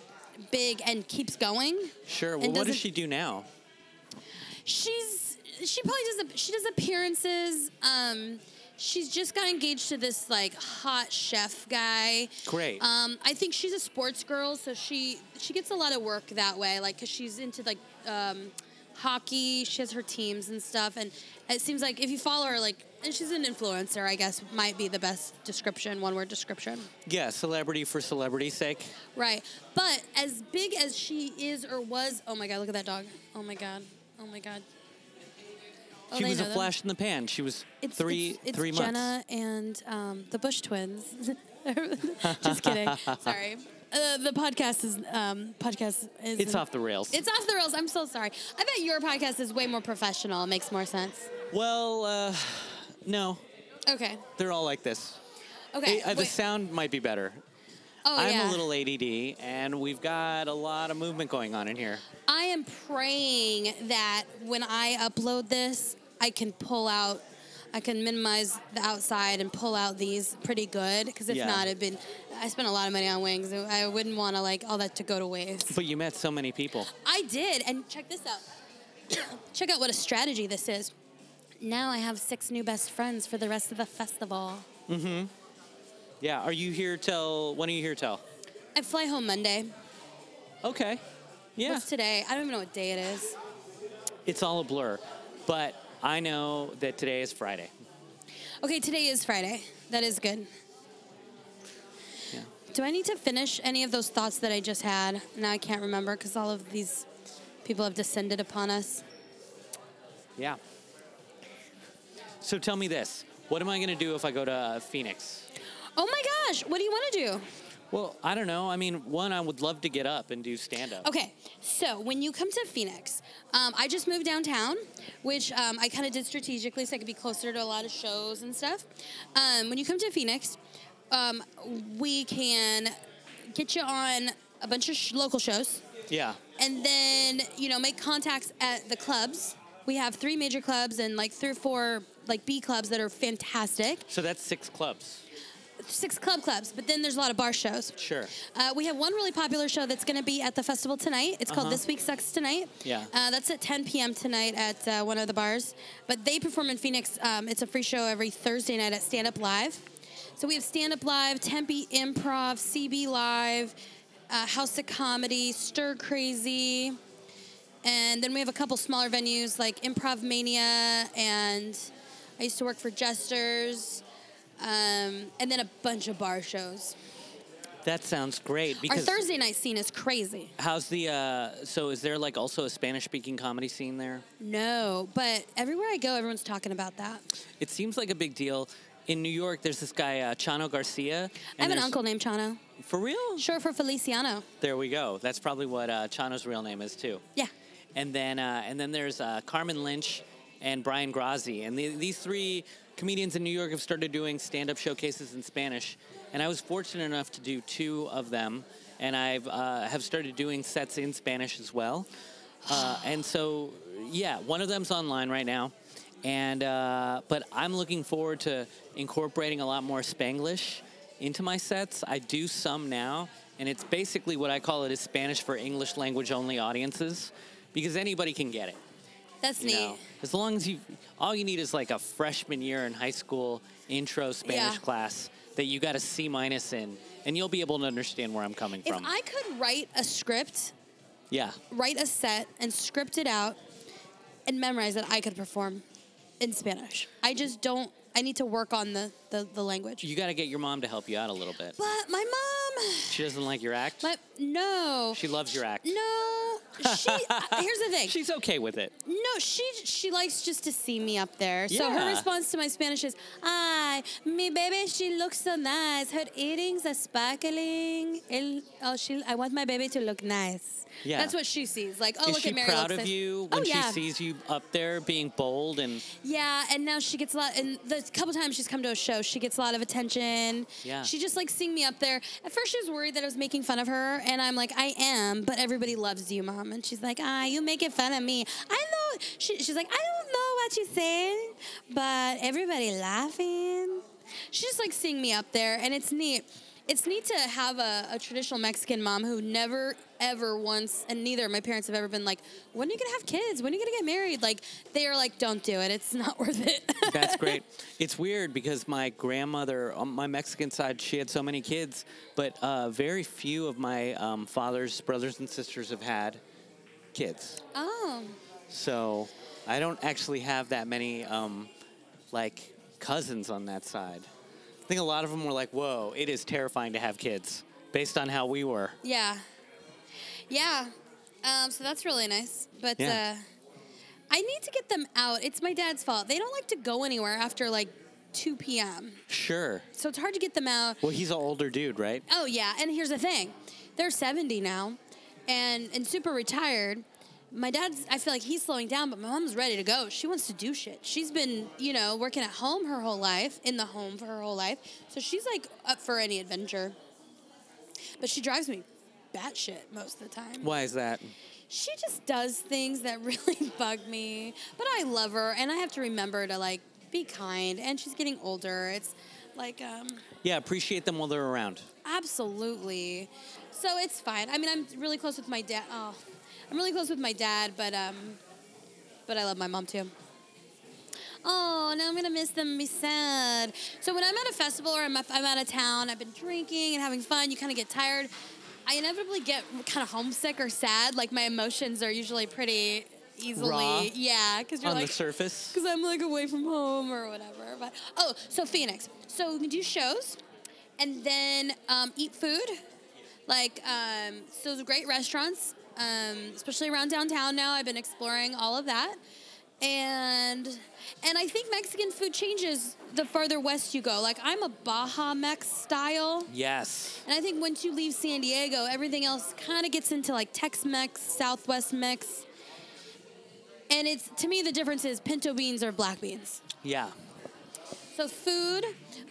big and keeps going. Sure. Well, And what does doesn't- she do now? She's she probably does a- she does appearances. Um she's just got engaged to this like hot chef guy. Great. Um, I think she's a sports girl, so she she gets a lot of work that way, like because she's into like um, hockey. She has her teams and stuff, and it seems like if you follow her, like, and she's an influencer, I guess might be the best description, one word description. yeah, celebrity for celebrity's sake. Right. But as big as she is or was, oh my god, look at that dog. Oh my god. Oh my god. Oh, she they was a know them. flash in the pan. She was It's three it's, it's three months. Jenna and um, the [laughs] Bush twins. Just kidding. Sorry. Uh, the podcast is um, podcast is. It's off the rails. It's off the rails. I'm so sorry. I bet your podcast is way more professional. It makes more sense. well, uh, [sighs] no, Okay. they're all like this. Okay. Eh, uh, the wait. sound might be better. oh I'm yeah. a little ADD, and we've got a lot of movement going on in here. I am praying that when I upload this, I can pull out, I can minimize the outside and pull out these pretty good. Because if Yeah. not, it'd been. I spent a lot of money on wings. and I wouldn't want to like all that to go to waste. But you met so many people. I did, and check this out. [coughs] check out what a strategy this is. Now I have six new best friends for the rest of the festival. Yeah. Are you here till when are you here till? I fly home Monday. Okay. Yeah. What's today? I don't even know what day it is. it's all a blur, but I know that today is Friday. Okay, today is Friday. That is good. Yeah. Do I need to finish any of those thoughts that I just had? Now I can't remember because all of these people have descended upon us. Yeah. So tell me this: What am I going to do if I go to uh, Phoenix? Oh my gosh, what do you want to do? Well, I don't know. I mean, one, I would love to get up and do stand up. Okay, so when you come to Phoenix, um, I just moved downtown, which um, I kind of did strategically so I could be closer to a lot of shows and stuff. Um, when you come to Phoenix, um, we can get you on a bunch of sh- local shows Yeah. and then you know make contacts at the clubs we have three major clubs and like three or four like B clubs that are fantastic. So that's six clubs. Six club clubs, but then there's a lot of bar shows. Sure. Uh, we have one really popular show that's going to be at the festival tonight. It's called Uh-huh. This Week Sucks Tonight. Yeah. Uh, that's at 10 p.m. tonight at uh, one of the bars. But they perform in Phoenix. Um, it's a free show every Thursday night at Stand Up Live. So we have Stand Up Live, Tempe Improv, CB Live, uh, House of Comedy, Stir Crazy. And then we have a couple smaller venues like Improv Mania, and I used to work for Jesters, um, and then a bunch of bar shows. That sounds great. Our Because Thursday night scene is crazy. how's the uh, so is there like also a Spanish speaking comedy scene there? No, but everywhere I go, everyone's talking about that. It seems like a big deal. In New York, there's this guy uh, Chano Garcia. and I have an there's- uncle named Chano, For real? short for Feliciano. There we go. That's probably what uh, Chano's real name is too. Yeah. And then uh, and then there's uh, Carmen Lynch and Brian Grazi, and the, these three comedians in New York have started doing stand-up showcases in Spanish. And I was fortunate enough to do two of them, and I've uh, have started doing sets in Spanish as well. Uh, and so yeah, one of them's online right now. And uh, but I'm looking forward to incorporating a lot more Spanglish into my sets. I do some now, and it's basically what I call it is Spanish for English language only audiences, because anybody can get it. That's You neat. know, as long as you, all you need is like a freshman year in high school intro Spanish Yeah. class that you got a C minus in, and you'll be able to understand where I'm coming If from. I could write a script, yeah, write a set, and script it out and memorize it, I could perform in Spanish. I just don't, I need to work on the, the, the language. you got to get your mom to help you out a little bit. but my mom, She doesn't like your act. my, no. She loves your act. no. [laughs] She, I- here's the thing. She's okay with it. No, she she likes just to see me up there. So her Yeah. response to my Spanish is, "Ay, mi baby, she looks so nice. Her earrings are sparkling. El, oh, she, I want my baby to look nice." Yeah. that's what she sees. Like, oh, Is look she at Mary. proud looks of nice." you when oh, yeah. she sees you up there being bold and Yeah, and now she gets a lot. And the couple times she's come to a show, she gets a lot of attention. Yeah. She just likes seeing me up there. At first, she was worried that I was making fun of her, and I'm like, I am, but everybody loves you, mom. And she's like, Ah, you making fun of me? I know. She, she's like, I don't know what you said, but everybody laughing. She just likes seeing me up there, and it's neat. It's neat to have a, a traditional Mexican mom who never, ever once, and neither of my parents have ever been like, when are you gonna have kids? When are you gonna get married? Like, they are like, don't do it. It's not [laughs] worth it. that's great. It's weird because my grandmother on my Mexican side, she had so many kids, but uh, very few of my um, father's brothers and sisters have had kids. [laughs] oh, So I don't actually have that many um, like cousins on that side. I think a lot of them were like, "Whoa, it is terrifying to have kids," based on how we were. yeah. Yeah. Um, so that's really nice. But Yeah. uh, I need to get them out. It's my dad's fault. They don't like to go anywhere after like 2 p.m., Sure. so it's hard to get them out. Well, he's an older dude, right? Oh yeah, and here's the thing, they're 70 now, and and super retired. My dad's, I feel like he's slowing down, but my mom's ready to go. She wants to do shit. She's been, you know, working at home her whole life, in the home for her whole life, so she's like up for any adventure. But she drives me batshit most of the time. Why is that? She just does things that [laughs] really bug me, but I love her, and I have to remember to like be kind. And she's getting older. It's like um, Yeah, appreciate them while they're around. Absolutely. So it's fine. I mean, I'm really close with my dad. Oh, I'm really close with my dad, but um, but I love my mom too. Oh, now I'm gonna miss them and be sad. So when I'm at a festival or I'm, if I'm out of town, I've been drinking and having fun. You kind of get tired. I inevitably get kind of homesick or sad. Like my emotions are usually pretty easily, Raw? yeah, because you're on like the surface. because I'm like away from home or whatever. But oh, so Phoenix. So we can do shows, and then um, eat food. Like um, so, there's great restaurants, um, especially around downtown. Now I've been exploring all of that, and and I think Mexican food changes the farther west you go. Like I'm a Baja Mex style. Yes. And I think once you leave San Diego, everything else kind of gets into like Tex-Mex, Southwest Mex. And it's to me the difference is pinto beans or black beans. Yeah. So food,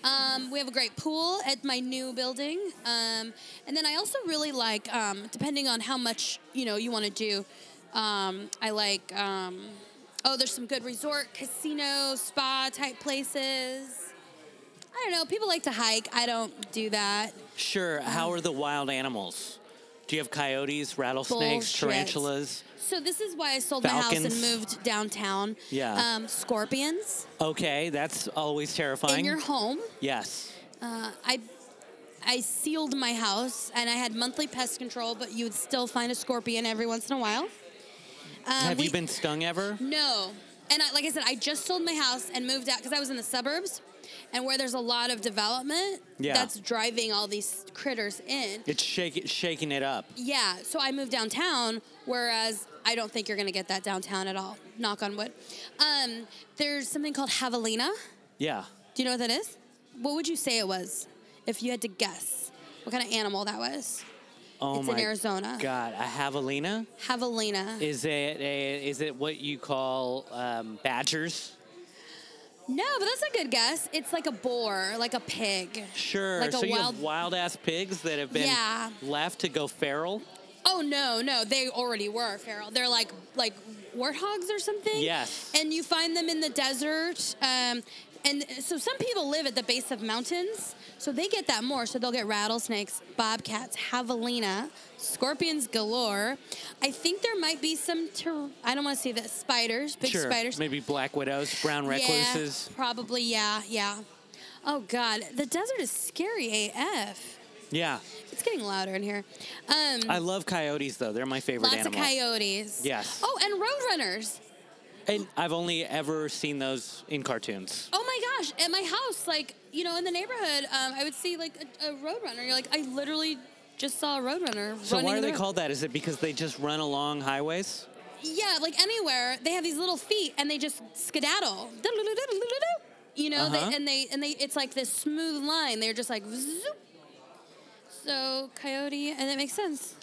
um, we have a great pool at my new building, um, and then I also really like, um, depending on how much you know you want to do, um, I like um, Oh, there's some good resort, casino, spa type places. I don't know. People like to hike. I don't do that. Sure. How are the wild animals? Do you have coyotes, rattlesnakes, Bullshit. tarantulas? So this is why I sold my house Falcons. and moved downtown. Yeah. Um, scorpions Okay, that's always terrifying. in your home. yes. Uh, I I sealed my house and I had monthly pest control, but you would still find a scorpion every once in a while. Um, have uh, we- you been stung ever? No. And I, like I said, I just sold my house and moved out because I was in the suburbs, and where there's a lot of development, Yeah. that's driving all these critters in. It's shake, shaking it up. Yeah, so I moved downtown, whereas I don't think you're gonna get that downtown at all. Knock on wood. Um, there's something called javelina. Yeah. Do you know what that is? What would you say it was if you had to guess what kind of animal that was? Oh It's my in Arizona. God, a javelina? Javelina. Is it a, is it what you call um, badgers? no, but that's a good guess. It's like a boar, like a pig. Sure. Like a so you wild- have wild ass pigs that have been Yeah. left to go feral? Oh no, no, they already were feral. They're like like warthogs or something. Yes. And you find them in the desert. Um, and so some people live at the base of mountains, so they get that more. So they'll get rattlesnakes, bobcats, javelina, scorpions galore. I think there might be some. Ter- I don't want to say that spiders, big sure. spiders. Maybe black widows, brown recluses. Yeah, probably. Yeah, yeah. Oh God, the desert is scary AF. Yeah. It's getting louder in here. Um, I love coyotes though. They're my favorite Lots animal. of coyotes. Yes. Oh, and roadrunners. And I've only ever seen those in cartoons. Oh my gosh! At my house, like you know, in the neighborhood, um, I would see like a, a roadrunner. You're like, I literally just saw a roadrunner. So why running in are the they road. called that? Is it because they just run along highways? Yeah, like anywhere they have these little feet and they just skedaddle. Do-do-do-do-do-do-do. You know, Uh-huh. they, and they and they it's like this smooth line. They're just like zoop. So coyote, and it makes sense.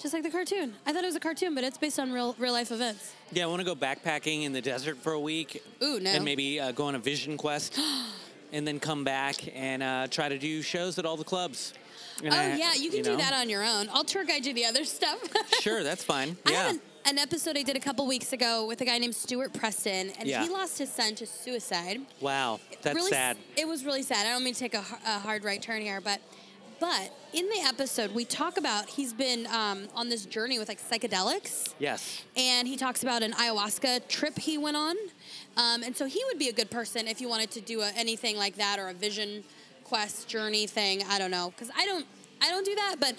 Just like the cartoon. I thought it was a cartoon, but it's based on real real life events. Yeah, I want to go backpacking in the desert for a week. Ooh, no. And maybe uh, go on a vision [gasps] quest, and then come back and uh, try to do shows at all the clubs. And Oh I- yeah, you can do know. that on your own. I'll tour guide you the other stuff. [laughs] [laughs] sure, that's fine. I yeah. have an, an episode I did a couple weeks ago with a guy named Stuart Preston, and Yeah. he lost his son to suicide. Wow, that's really, sad. It was really sad. I don't mean to take a, har- a hard right turn here, but but in the episode we talk about he's been um, on this journey with like psychedelics Yes. and he talks about an ayahuasca trip he went on. Um, and so he would be a good person if you wanted to do a, anything like that or a vision quest journey thing. I don't know, because I don't, I don't do that. But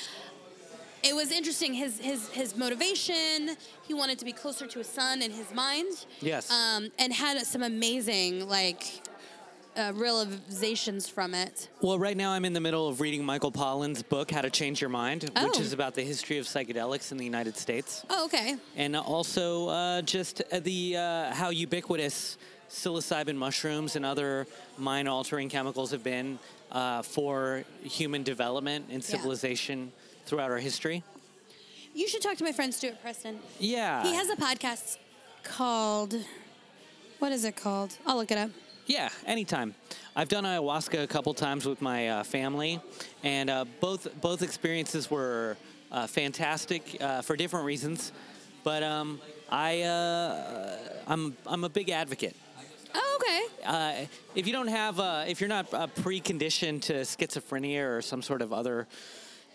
it was interesting. His his his motivation. He wanted to be closer to his son in his mind. Yes. Um, and had some amazing like uh, realizations from it. Well, right now I'm in the middle of reading Michael Pollan's book, How to Change Your Mind, which Oh. is about the history of psychedelics in the United States. Oh, okay. and also uh, just uh, the uh, how ubiquitous psilocybin mushrooms and other mind-altering chemicals have been uh, for human development and Yeah. civilization throughout our history. You should talk to my friend Stuart Preston. Yeah, He has a podcast called. What is it called? I'll look it up. yeah. Anytime. I've done ayahuasca a couple times with my uh, family, and uh, both both experiences were uh, fantastic uh, for different reasons. But um, I uh, I'm I'm a big advocate Oh, okay. uh, if you don't have, uh, if you're not uh, preconditioned to schizophrenia or some sort of other,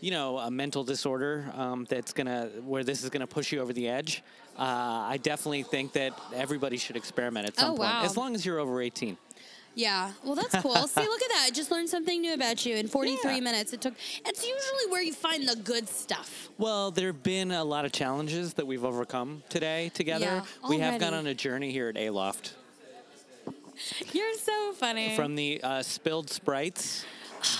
you know, a mental disorder um, that's gonna where this is gonna push you over the edge, uh, I definitely think that everybody should experiment at some Oh, point, wow. as long as you're over 18. Yeah. [laughs] Well, that's cool. See, look at that. I just learned something new about you in 43 Yeah. minutes. It took. It's usually where you find the good stuff. Well, there have been a lot of challenges that we've overcome today together. Yeah, we have gone already. on a journey here at Aloft. You're so funny. From the uh, spilled sprites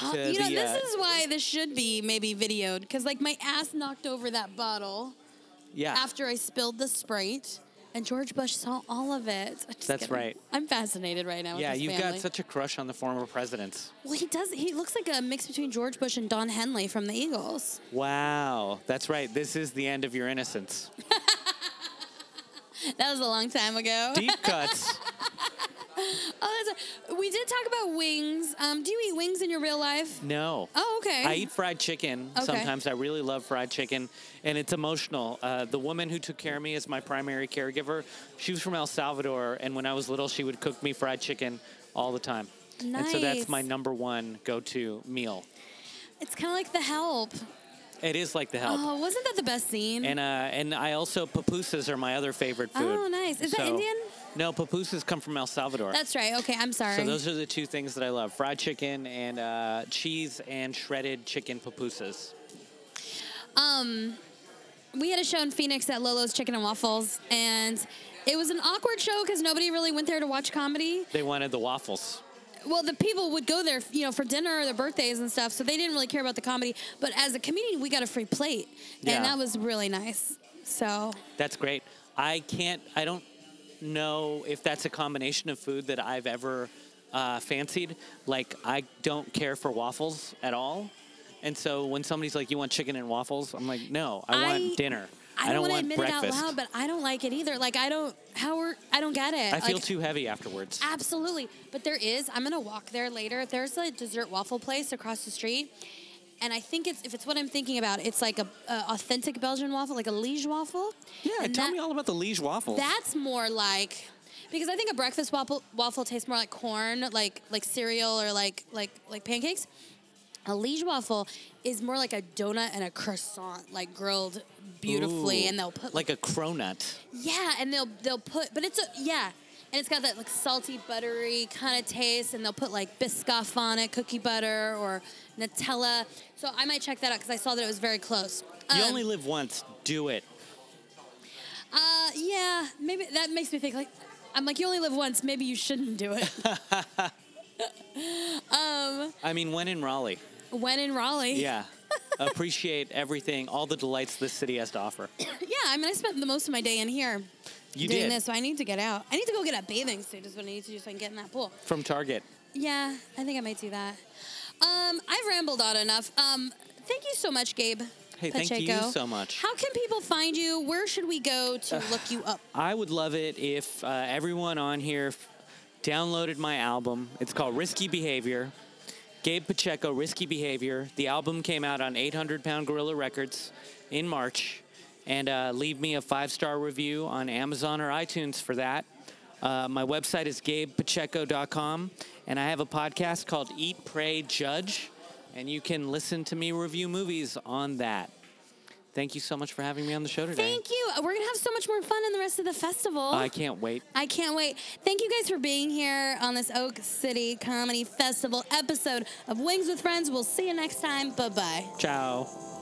Uh, to Eh. you know, the uh, this is why this should be maybe videoed because like my ass knocked over that bottle yeah. after I spilled the Sprite, and George Bush saw all of it. I'm just That's kidding. right. I'm fascinated right now. yeah, with his you've family. got such a crush on the former presidents. Well, he does. He looks like a mix between George Bush and Don Henley from the Eagles. Wow, that's right. This is the end of your innocence. That was a long time ago. [laughs] Deep cuts. Oh, that's a, we did talk about wings. Um, do you eat wings in your real life? No. Oh, okay. I eat fried chicken Okay. sometimes. I really love fried chicken, and it's emotional. Uh, the woman who took care of me is my primary caregiver. She was from El Salvador, and when I was little, she would cook me fried chicken all the time. And so that's Nice. my number one go-to meal. It's kind of like the help. It is like the help. Oh, wasn't that the best scene? And uh, and I also pupusas are my other favorite food. Oh, nice. Is that Indian? No, pupusas come from El Salvador. that's right. Okay, I'm sorry. so those are the two things that I love: fried chicken and uh, cheese and shredded chicken pupusas. we had a show in Phoenix at Lolo's Chicken and Waffles, and it was an awkward show because nobody really went there to watch comedy. They wanted the waffles. Well, the people would go there, you know, for dinner or their birthdays and stuff, so they didn't really care about the comedy. But as a comedian, we got a free plate, Yeah. and that was really nice. So That's great. I can't. I don't know if that's a combination of food that I've ever uh, fancied. Like I don't care for waffles at all, and so when somebody's like, "You want chicken and waffles?" I'm like, "No, I, I- want dinner. I don't, want want to admit breakfast." it out loud, but I don't like it either. Like I don't, how are, I don't get it. I feel Like, too heavy afterwards. Absolutely. But there is, I'm going to walk there later. There's a dessert waffle place across the street. And I think it's, if it's what I'm thinking about, it's like a, a authentic Belgian waffle, like a Liege waffle. yeah, And tell that- me all about the Liege waffles. That's more like, because I think a breakfast waffle, waffle tastes more like corn, like like cereal or like like like pancakes. A Liege waffle is more like a donut and a croissant, like grilled beautifully, Ooh, and they'll put like a cronut. yeah, and they'll they'll put, but it's a yeah, and it's got that like salty, buttery kind of taste, and they'll put like Biscoff on it, cookie butter or Nutella. So I might check that out because I saw that it was very close. You Um, only live once. Do it. uh, yeah, maybe that makes me think like I'm like you only live once, maybe you shouldn't do [laughs] it. I mean, when in Raleigh. when in Raleigh, Yeah. Appreciate everything, all the delights this city has to offer. [laughs] yeah. I mean, I spent the most of my day in here You doing did this, so I need to get out. I need to go get a bathing suit. Is what I need to do so I can get in that pool. from Target. Yeah, I think I might do that. Um, I've rambled on enough. Um, thank you so much, Gabe. Hey, thank you so much. How can people find you? Where should we go to [sighs] look you up? I would love it if uh, everyone on here f- downloaded my album. It's called Risky Behavior. Gabe Pacheco, Risky Behavior. The album came out on 800 Pound Gorilla Records in March. And uh, leave me a five star review on Amazon or iTunes for that. Uh, my website is gabepacheco.com. And I have a podcast called Eat, Pray, Judge. And you can listen to me review movies on that. Thank you so much for having me on the show today. Thank you. We're gonna have so much more fun in the rest of the festival. I can't wait. I can't wait. Thank you guys for being here on this Oak City Comedy Festival episode of Wings with Friends. We'll see you next time. Bye bye. Ciao.